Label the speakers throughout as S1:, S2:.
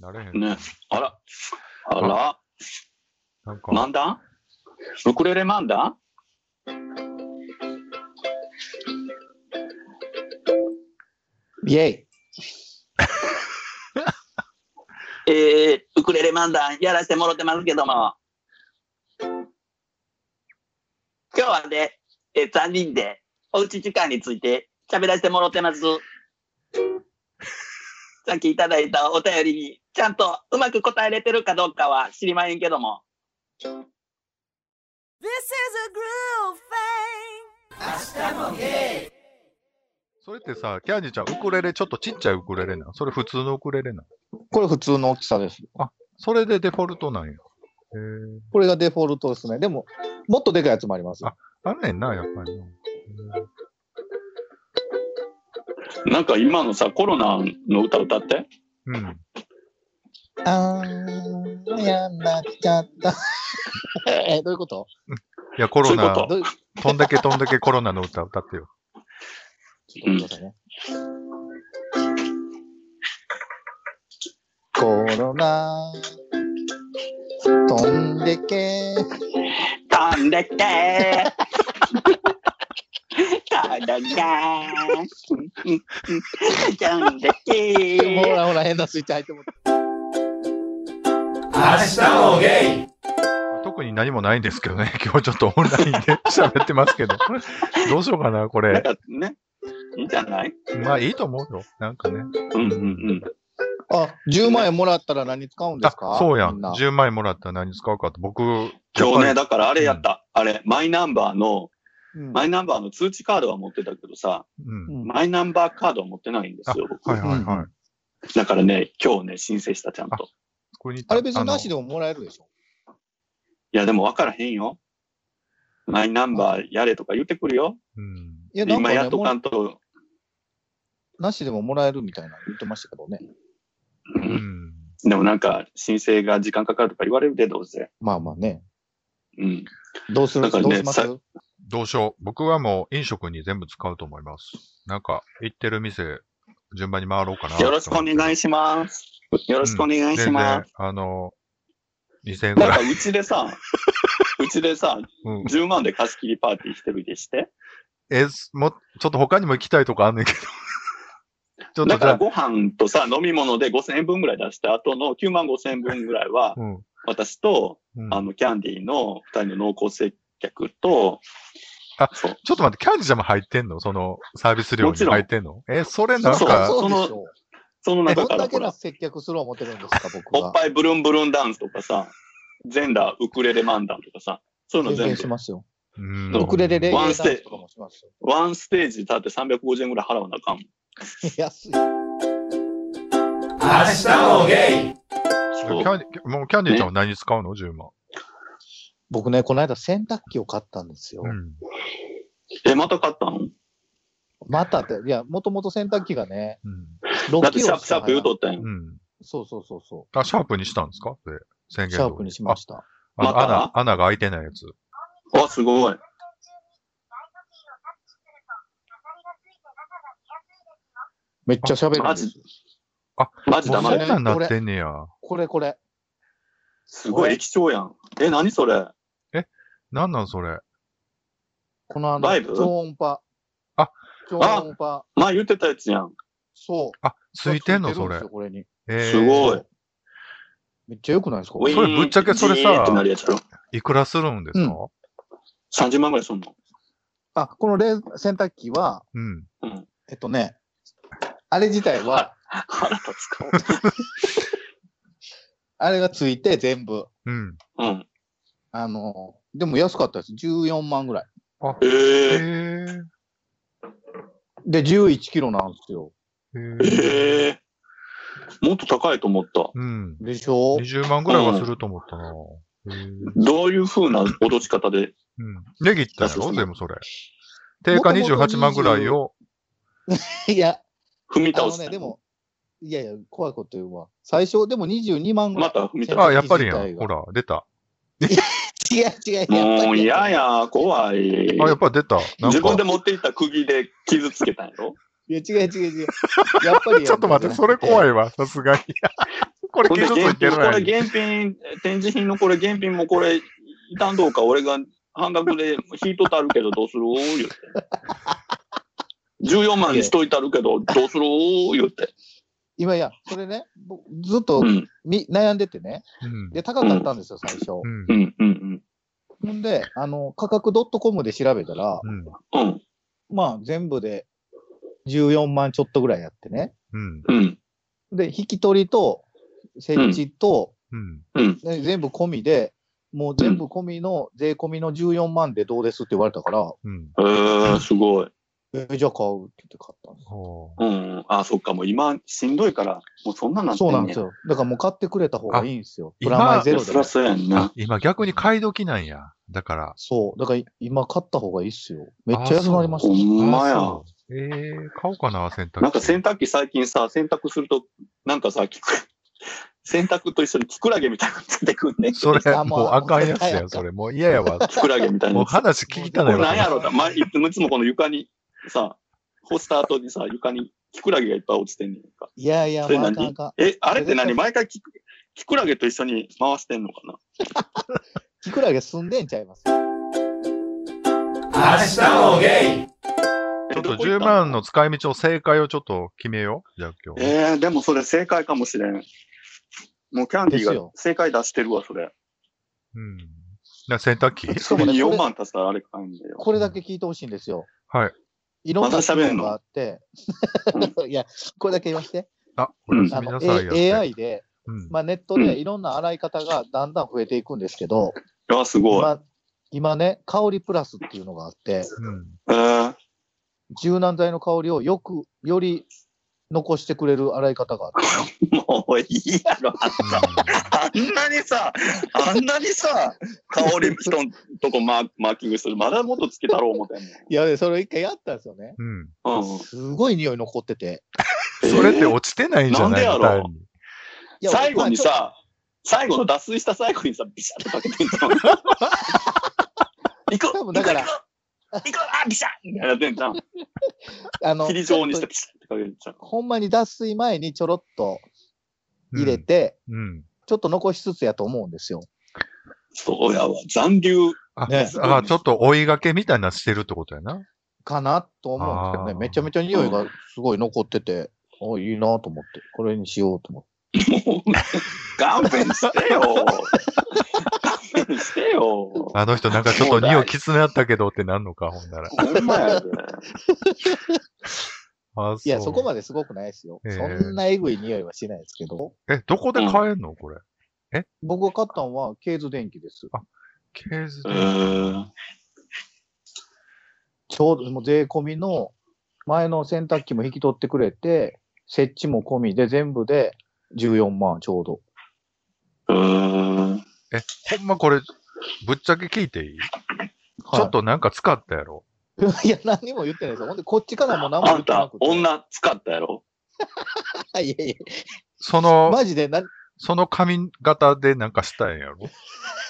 S1: なれへん。
S2: ね。あら、あら、
S1: なんか、
S2: 漫談ウクレレ漫談
S3: イェイ。
S2: えー、ウクレレ漫談やらせてもろてますけども。今日はね、えー、3人でおうち時間について喋らせてもろてます。さっきいただいたお便りに、ちゃんとうまく答えれてるかどうかは知りまへんけども。
S4: This is a groove thing.
S1: それってさ、キャンディちゃん、ウクレレちょっとちっちゃいウクレレなのそれ普通のウクレレなの
S3: これ普通の大きさです。
S1: それでデフォルトなんや。へえ。
S3: これがデフォルトですね。でも、もっとでかいやつもあります。
S1: あんねんな、やっぱりな。
S2: なんか今のさ、コロナの歌歌って。
S1: うん。
S3: あー、やんなっちゃった。 え、どういうこと
S1: いや、コロナ、
S2: そういうこと
S3: どういう、
S1: とんだけとんだけコロナの歌歌ってよ。
S3: ちょっと待ってくださいね。コロナ、飛んでけ。
S2: 飛んでってー飛んでってー飛んでって
S3: ほ
S2: ー
S3: らほら、変なスイッチ入ってもう
S5: 明
S3: た
S5: 日もゲイ
S1: 特に何もないんですけどね。 今日ちょっとオンラインで 喋ってますけど。どうしようかな、こ
S2: なん
S1: れ。
S2: かね、いいんじゃない
S1: まあいいと思うよ。なんかね。
S2: うんうんうん。
S3: あ、10万円もらったら何使うんですか
S1: あそうや
S3: み
S1: ん。
S3: な
S1: 10万円もらったら何使うかって、僕、
S2: 今日
S1: や
S2: ね、
S1: っぱ
S2: だからあれやった。あれ、マイナンバーの、
S3: うん
S2: マイナンバーの通知カードは持ってたけどさ、
S1: りうん。
S3: うん
S2: マイナンバーカードは持ってないんですよ、僕
S1: はいはいはい。
S3: うん
S2: だからね、今日ね、申請した、ちゃんと。
S1: これに
S3: あれ別になし
S1: で。
S3: でももらえるでしょ
S2: いや、でも分からへんよ。マイナンバーやれとか言ってくるよ。
S1: うん。
S3: いや、なん
S2: 今
S3: か、ね、
S2: やっと
S3: も
S2: かんと。
S3: なしでももらえるみたいなの言ってましたけどね。
S1: う
S2: う
S1: んん。
S2: でもなんか、申請が時間かかるとか言われるで、どうせ。
S3: まあまあね。
S2: うん。
S3: どうする、
S2: だからね
S3: どうします
S2: さ
S1: どうしよう。僕はもう飲食に全部使うと思います。なんか、行ってる店、順番に回ろうかな。
S2: よろしくお願いします。よろしくお願いします。
S1: す。あの、2000円ぐ
S2: なん
S1: ら
S2: か
S1: い。
S2: うちでさ、 うちでさ、
S1: うん。
S2: 10万で貸し切りパーティー一人でして。
S1: え、すも、ちょっと他にも行きたいとこあんねんけ ど。ちょっと
S2: だ
S1: じ
S2: か
S1: ゃ
S2: ら
S1: あ、
S2: ご飯とさ、飲み物で5000円分ぐらい出した後の9万5000円分ぐら いは、
S1: うん。
S2: 私と、
S1: うん、
S2: あの、キャンディーの2人の濃厚接客と、
S1: あ
S2: そう、
S1: ちょっと待って、キャンディちゃんも入ってんのそのサービス料
S2: も
S1: に
S2: ちろん
S1: 入ってんのえ、それ
S3: そ
S1: な
S3: うんそう
S1: か、
S3: そうでし
S2: そ
S3: ょ
S2: その中
S3: どん
S2: から
S3: だけ
S2: ほ
S3: な
S2: ら、
S3: 接客する思ってるんですか、僕
S2: おっ
S3: は。
S2: ぱいブルンブルンダンスとかさ、全裸ウクレレ漫談とかさ、そういうの
S3: 全
S2: 全
S3: 然し
S2: 部、
S3: ますよ。
S1: うん
S2: そう
S3: ウクレレレゲエ
S2: ワ
S3: ダ
S2: ン
S3: ン
S2: ステ
S3: スとかもしますよ。
S2: ワンステージ立って350円ぐらい払わなあかんもん。
S3: 安い。
S5: 明日もゲイ
S1: キ
S2: そう
S1: ャンディ、もうキャンディちゃんは何使うの ?10 万。
S3: 僕ね、この間洗濯機を買ったんですよ。
S1: うん。
S2: え、また買ったの
S3: またって、いや、もともと洗濯機 がね、
S1: うん。
S2: だ
S3: 6
S2: って
S3: キ
S2: シャ
S3: ロ
S2: ープシャープ言うとったやん。
S1: うん。
S3: そうそうそうそ
S1: あ、シャープにしたんですかそれ宣
S3: う。
S1: 言
S3: シ
S1: 通
S3: ャープにしました。
S1: ああの
S2: また
S1: 穴、穴が開いてないやつ。
S2: あ、すごい。
S3: めっちゃ喋るん
S2: マ
S3: で
S2: ジ
S3: す。
S2: マジ
S1: も
S2: だ
S1: う
S2: ま
S1: そん
S2: れ
S3: ね
S1: なんなってんねや。
S3: これこれ。
S2: すごい液晶やん。え、何それ
S1: なんなんそれ。
S3: このあ
S2: バイ
S3: の、
S2: ブ
S3: 超音波。
S1: あ
S3: 超音波。
S2: 前言ってたやつやん。
S3: そう。
S1: あ、ついてんの
S3: つ
S1: そ
S3: るで
S1: れ
S3: すよ。これに。
S1: えー
S2: すごい
S3: そうめっちゃ良くないですか
S2: ウィーン
S1: それぶっちゃけそれさ
S2: ジーってなるやつやろ。
S1: いくらするんですか
S2: 30万ぐらいすんの。
S3: あ、この冷洗濯機は、
S1: うん。
S3: えっとね、あれ自体は、
S2: 腹立つか。
S3: あれがついて全部。
S1: うん。
S2: うん。
S3: あの、でも安かったです。14万ぐらい。
S2: え
S1: え
S2: ー、
S1: ー。
S3: で、11キロなんですよ。
S1: え
S2: え
S1: ー。
S2: えー。もっと高いと思った。
S1: うん。
S3: でしょ
S1: 20万ぐらいはすると思ったな。えー
S2: どういう風な脅し方で。
S1: うん。値切ったや
S2: そうそ
S1: ろ
S2: う
S1: でもそれ。定価
S3: 元々
S1: 28万ぐらいを、
S3: いや、
S2: 踏み
S3: あ
S2: 倒
S3: の
S2: す、
S3: ね、でも、いやいや、怖いこと言うわ。最初、でも22万ぐら
S2: ま
S3: い。
S2: た踏み倒
S3: あ
S1: あ、やっぱりや
S3: 生地
S1: ん。
S3: 自体
S1: ほ
S3: が
S1: ら、出た。
S3: 違う違う。
S2: す。もう嫌
S3: や。
S2: や、怖い。
S1: あ、やっぱり出た。なん
S2: 自分で
S1: か、
S2: 持っていった釘で傷つ けたんやろ
S3: いや、違う違う違う。やっぱりやん。
S1: ちょっと待って、それ怖
S3: い。
S1: いわ、さすがに。これ
S2: これ
S1: 傷つい
S2: 現
S1: て
S2: 品、
S1: る
S2: こ
S1: や
S2: れ
S1: ん。
S2: 現品、展示品のこれ現品もこれ、いたんどうか俺が半額で引いとったるけどどうする言うて。14万にしといたるけどどうする言うて。
S3: 今いや、それね、僕ずっと
S2: うん、
S3: み悩んでてね。
S1: うん
S3: で、高かったんですよ、最初。
S1: うん
S2: うん、うん、
S3: ほんで、あの、価格 .com で調べたら、
S1: うん
S2: うん、
S3: まあ、全部で14万ちょっとぐらいやってね。
S1: うん
S2: うん、
S3: で、引き取りと、設置と、
S1: うん
S2: うん。
S3: ね全部込みで、もう全部込みの、税込みの14万でどうですって言われたから、
S1: うん
S2: えー、すごい。
S3: えじゃあ買うって言って買ったんです。
S1: ほ
S2: うん、あ、そっか、もう今しんどいから、もうそんなんなって
S3: そ
S2: ん
S3: う
S2: ね
S3: なんですよ。だからもう買ってくれた方がいいんですよ。
S1: あ
S3: プラマイゼ
S2: も
S3: ロ
S2: う
S3: で
S2: そり。ゃそうやん
S1: うあ
S2: な。
S1: 今逆に買い時なんや。だから。
S3: そう。だから今買った方がいいっすよ。めっちゃ安くなりまし
S2: ほ
S3: た。
S2: んまや。
S1: あそうえー、買おうかな、洗濯機。
S2: なんか洗濯機最近さ、洗濯すると、なんかさ、キク 洗濯と一緒にキクラゲみたいなの出てくんね。
S1: それ、
S3: あもう
S1: もうあかんやつ
S3: 早
S1: や、
S3: く
S1: それ。もう嫌や わ。
S2: キクラゲみたい
S1: もう
S2: な。こ
S1: 話聞いたの
S2: れ
S1: よ。
S2: なんやろうな、まいつもいつもこの床にさ、干した後にさ、床にキクラゲがいっぱい落ちてんねんか。
S3: いやいや、
S2: それ
S3: まあ、あ
S2: 何
S3: かんあかん。
S2: え、あれって何毎回キクキクラゲと一緒に回してんのかな
S3: キクラゲ住んでんちゃいます。
S5: もゲイ
S1: ちょっと
S2: えどこ行
S1: 10
S2: た
S1: 万の使い道を正解をちょっと決めよう。じゃあ今日。
S2: えー、でもそれ正解かもしれん。もうキャンディ
S3: です
S2: ーが
S3: よ
S2: 正解出してるわ、それ。
S1: うん。な洗濯機
S2: それに4万足したらあれかんだよ。
S3: これだけ聞いてほしいんですよ。
S1: はい。
S3: いろんな
S2: また喋んの
S3: があって、 いや、これだけ言わして。
S1: あ、おやす
S3: あ
S1: み
S3: の
S1: なさいやって。
S3: A- AI で、
S1: うん。
S3: まあ、ネットでいろんな洗い方がだんだん増えていくんですけど、
S2: あ、すごい。
S3: 今今ね、香りプラスっていうのがあって、
S1: うん。
S2: えー、
S3: 柔軟剤の香りをよく、より残してくれる洗い方があって、
S2: もういいやろ、あんた。あんなにさ、あんなにさ、香り人のとこマーマーキングする。まだもっとつけたろう思てん
S3: いや、それ一回やったんですよね。
S1: うん。うん
S2: の。うん。
S3: すごい匂い残ってて。
S1: それって落ちてないんじゃない
S2: なんでやろ
S1: 単に
S3: いや
S2: 最後に、
S3: まあちょっ
S2: さ、最後の脱水した最後にさ、ビシャってかけ てんじゃん。行
S3: 多
S2: こう行こう行
S3: 分だ
S2: こう
S3: から
S2: 行こうあ、ビシャみたいなやってんじゃん。
S3: とあの
S2: 霧状にして
S3: ちょっ
S2: ビシャってかけてんじゃん。
S3: とほんまに脱水前にちょろっと
S1: うん
S3: 入れて、
S1: うん。
S3: ちょっと残しつつやと思うんですよ。
S2: そうやわ。残留。
S1: あ、
S3: ね
S1: あちょっと追いがけみたいなのしてるってことやな。
S3: かなと思うんですけどね、
S1: あー
S3: めちゃめちゃ匂いがすごい残ってて、あいいなと思って、これにしようと思って。
S2: もう、勘弁してよ。勘弁して よ。
S1: あの人なんかちょっと匂いきつなったけどってなんのか、ほんなら。
S2: ほんまやで。
S1: あ
S3: いや、そこ
S1: ま
S3: まですごくないですよ。
S1: ええ
S3: そんなえぐい匂いはしないですけど、
S1: で。え、どこで買えんのこれ。
S3: 僕が買ったのは、ケーズ電機です。
S1: ケーズ
S2: え
S1: で。
S2: ー
S3: ちょうどもう税込みの、前の洗濯機も引き取ってくれて、設置も込みで、全部で14万ちょうど。
S2: うーん。
S1: ほんまこれ、ぶっちゃけ聞いていい、
S3: はい
S1: ちょっとなんか使ったやろ。
S3: いや、何も言ってないですよ。ほんで、こっちからも何も
S2: あ
S3: 言
S2: ん
S3: ってな
S2: た
S3: く、て。
S2: 女使ったやろ
S3: いやいや、
S1: その、
S3: マジで何、
S1: その髪型でなんかした んやろ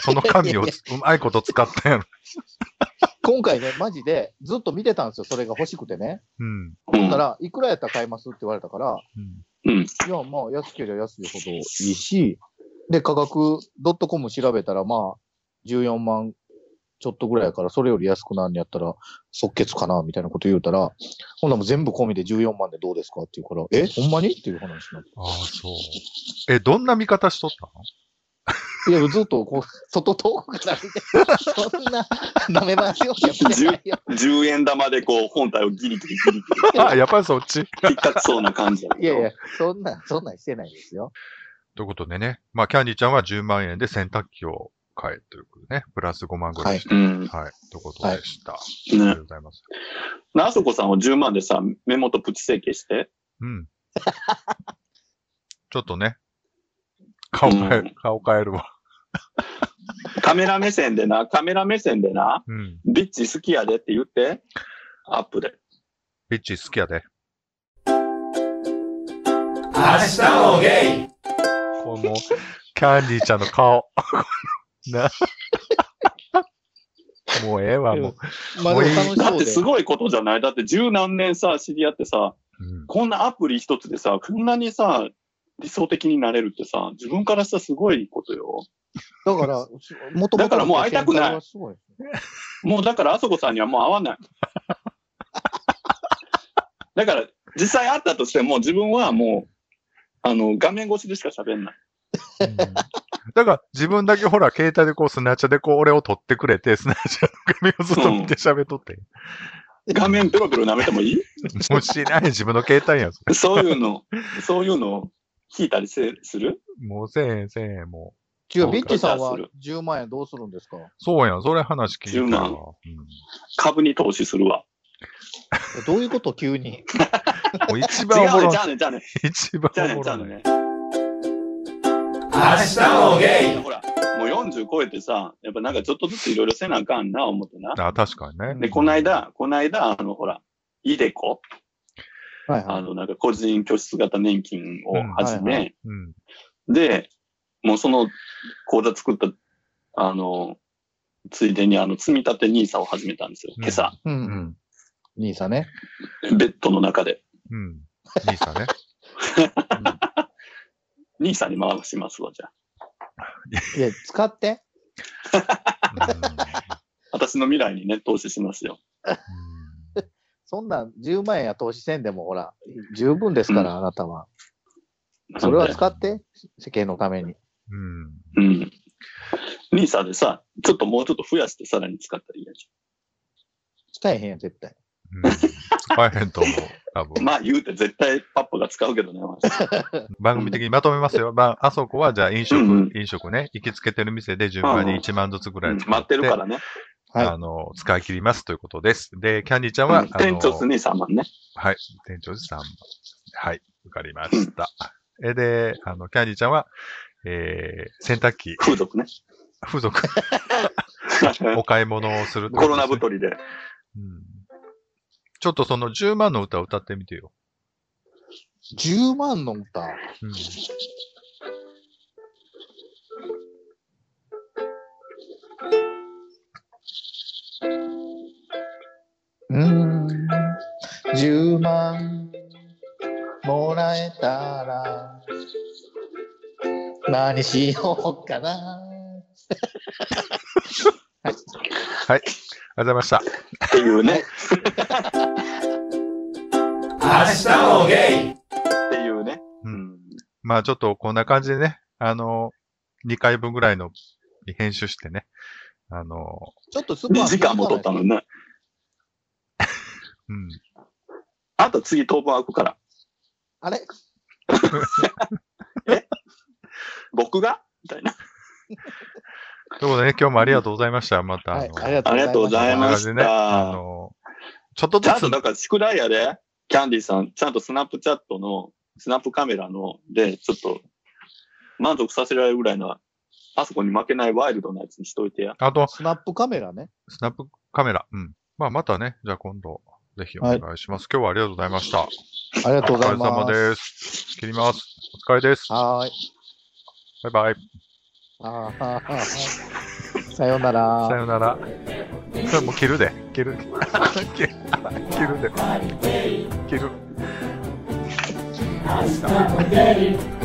S1: その髪を
S3: いや
S1: うまいこと使ったんやろ。
S3: 今回ね、マジでずっと見てたんですよ。それが欲しくてね。
S1: うん。
S2: うん
S3: だから、いくらやったら買いますって言われたから、
S1: うん
S2: うん。
S3: いや、まあ、安ければ安いほどいいし、で、価格、ドットコム調べたら、まあ、14万ちょっとぐらいやから、それより安くなんやったら、即決かな、みたいなこと言うたら、ほんならもう全部込みで14万でどうですかって言うから、え、ほんまにっていう話になっ
S1: ああ、そう。え、どんな見方しとったの
S3: て。いや、ずっと、こう、外遠くから見て、そんな、舐め回しようってやってないよ。
S2: 10円玉でこう、本体をギリギリギリギ
S1: あ、 やっぱりそっち。
S2: リ、引っかきそうな感じや
S3: いやいや、そんな、そんなんしてないですよ。
S1: ということでね、まあ、キャンディちゃんは10万円で洗濯機を買えということでね、プラス5万ぐらいでした。
S2: う
S1: は
S2: ん。
S1: い、ということでした。ありが
S2: ね
S1: とう。ございます。
S2: なあそこさんを10万でさ、目元プチ整形して。
S1: うん。ちょっとね、顔変え、
S2: うん
S1: 顔変えるわ。
S2: カメラ目線でな、カメラ目線でな、
S1: うん。
S2: ビッチ好きやでって言って、アップで。
S1: ビッチ好きやで。
S5: 明日もゲイ
S1: この、キャンディちゃんの顔。 な。もうええわ、もう。
S3: まあ、で
S2: だ
S3: も楽しそ
S2: っ
S3: う
S2: て。
S3: です
S2: ごいことじゃないだって十何年さ、知り合ってさ、
S1: うん
S2: こんなアプリ一つでさ、こんなにさ、理想的になれるってさ、自分からしたらすごいことよ。
S3: だから、もともと。
S2: だからもう会いたくない。
S3: すごい。
S2: もうだから、あそこさんにはもう会わない。 だから、実際会ったとしても、自分はもう、あの、画面越しでしか喋んない。
S1: うんだから自分だけほら、携帯でこう、スナチャでこう、俺を撮ってくれて、スナチャの画面をずっと見て喋っとって。
S2: 画面ベロベロ舐めてもいい
S1: もうしない、自分の携帯やん、それ。
S2: そういうの、そういうの、聞いたりせする
S1: もうせえへん、せえへん、もう。
S3: 違、
S2: そうう
S3: ビッチさん
S2: カ
S3: は
S2: ラー
S3: 10万円どうするんですか
S1: そうやん、それ話聞いたら。うん
S2: 株に投資するわ。
S3: どういうこと急に。
S1: もう一
S2: 違
S1: 番おも
S2: うね、
S1: ろ
S2: じ
S1: い
S2: ゃ。あね、じゃあね、
S1: 一番
S2: じゃあ
S1: お
S2: ね、
S1: も
S2: じゃあ
S1: ろい。
S2: ね。
S5: 明日もゲイ
S2: ほら、もう40超えてさ、やっぱなんかちょっとずついろいろせなあかんな、思ってな。
S1: あ、確かにね。
S2: で、この間、この間、あの、ほら、イデコ、
S3: はい
S2: あ
S3: は
S2: の、なんか個人拠出型年金をはじ
S3: うんはいは
S2: め、
S1: うん。
S2: で、もうその口座作った、あの、ついでにあの、積み立て NISA を始めたんですよ、
S1: うん
S2: 今朝、
S3: い。う
S1: うん
S3: うん。
S1: ん。
S3: 兄さんね。
S2: ベッドの中で。
S1: うん。兄さんね。
S2: NISA に回しますわ、じゃあ。
S3: いや、使って。
S2: 私の未来にね、投資しますよ。
S1: うん
S3: そんなん10万円や投資せんでもほら、十分ですから、
S2: う
S3: あなたは。
S2: なんで
S3: それは使って、世間のために。
S1: うん。うん
S2: うん。NISA でさ、ちょっともうちょっと増やしてさらに使ったらいいやん
S3: 使えへんやん、絶対。
S1: うん使えへんと思う。多分。
S2: まあ言うて絶対パッパが使うけどね、私
S1: 番組的にまとめますよ。まあ、あそこはじゃあ飲食、
S2: うんうん
S1: 飲食ね、行きつけてる店で順番に1万ずつぐらい使
S2: 待ってるからね。
S3: はい
S1: あの、使い切りますということです。で、キャンディちゃんは、
S2: うん
S1: あの
S2: 店長すね、3万ね。
S1: はい、店長さんはい、わかりました。え、で、あの、キャンディちゃんは、えー、洗濯機、
S2: 風 俗ね。
S1: 風俗、お買い物をするってこ
S2: コ
S1: と
S2: ロナ
S1: ですね
S2: 太りで。
S1: うんちょっとその10万の歌を歌ってみてよ。
S3: 10万の歌。
S1: うん
S3: うーん。10万もらえたら、何しようかな。
S1: ありがとうございまし
S2: っていうね。
S5: 明日もゲイ
S2: っていうね。
S1: う
S2: うんん。
S1: た。まあちょっとこんな感じでね、あの、2回分ぐらいの編集してね、あの、
S3: ちょっとスーパー
S2: 2時間も取ったのね。
S1: うん。
S2: あと次当分開くから。
S3: あれ
S2: 僕がみたいな。
S1: ということでね、今日もありがとうございました。また、
S3: は
S1: あ
S3: い
S1: の、、
S2: ありがとうござい
S1: こんな
S2: ま
S1: 感
S2: し
S1: じ
S2: た
S1: でね、あの、ちょっと
S2: ち
S1: ず
S2: ゃん
S1: つ
S2: と、だから宿題やで、キャンディーさん、ちゃんとスナップチャットの、スナップカメラの、で、ちょっと、満足させられるぐらいの、あそこに負けないワイルドなやつにしといてや。
S1: あと、
S3: スナップカメラね。
S1: スナップカメラ、うん。まあ、またね、じゃあ今度、ぜひお願いします。今日はありがとうございました。
S3: ありがとう
S1: お
S3: ご
S1: 疲
S3: ざ
S1: れ
S3: います。
S1: 様です。切ります。お疲れです。
S3: はーい。
S1: バイバイ。
S3: あーさようなら
S1: さ。よなら。それもう切るで。切る。 切る切るで。切る。
S5: 明日もゲイ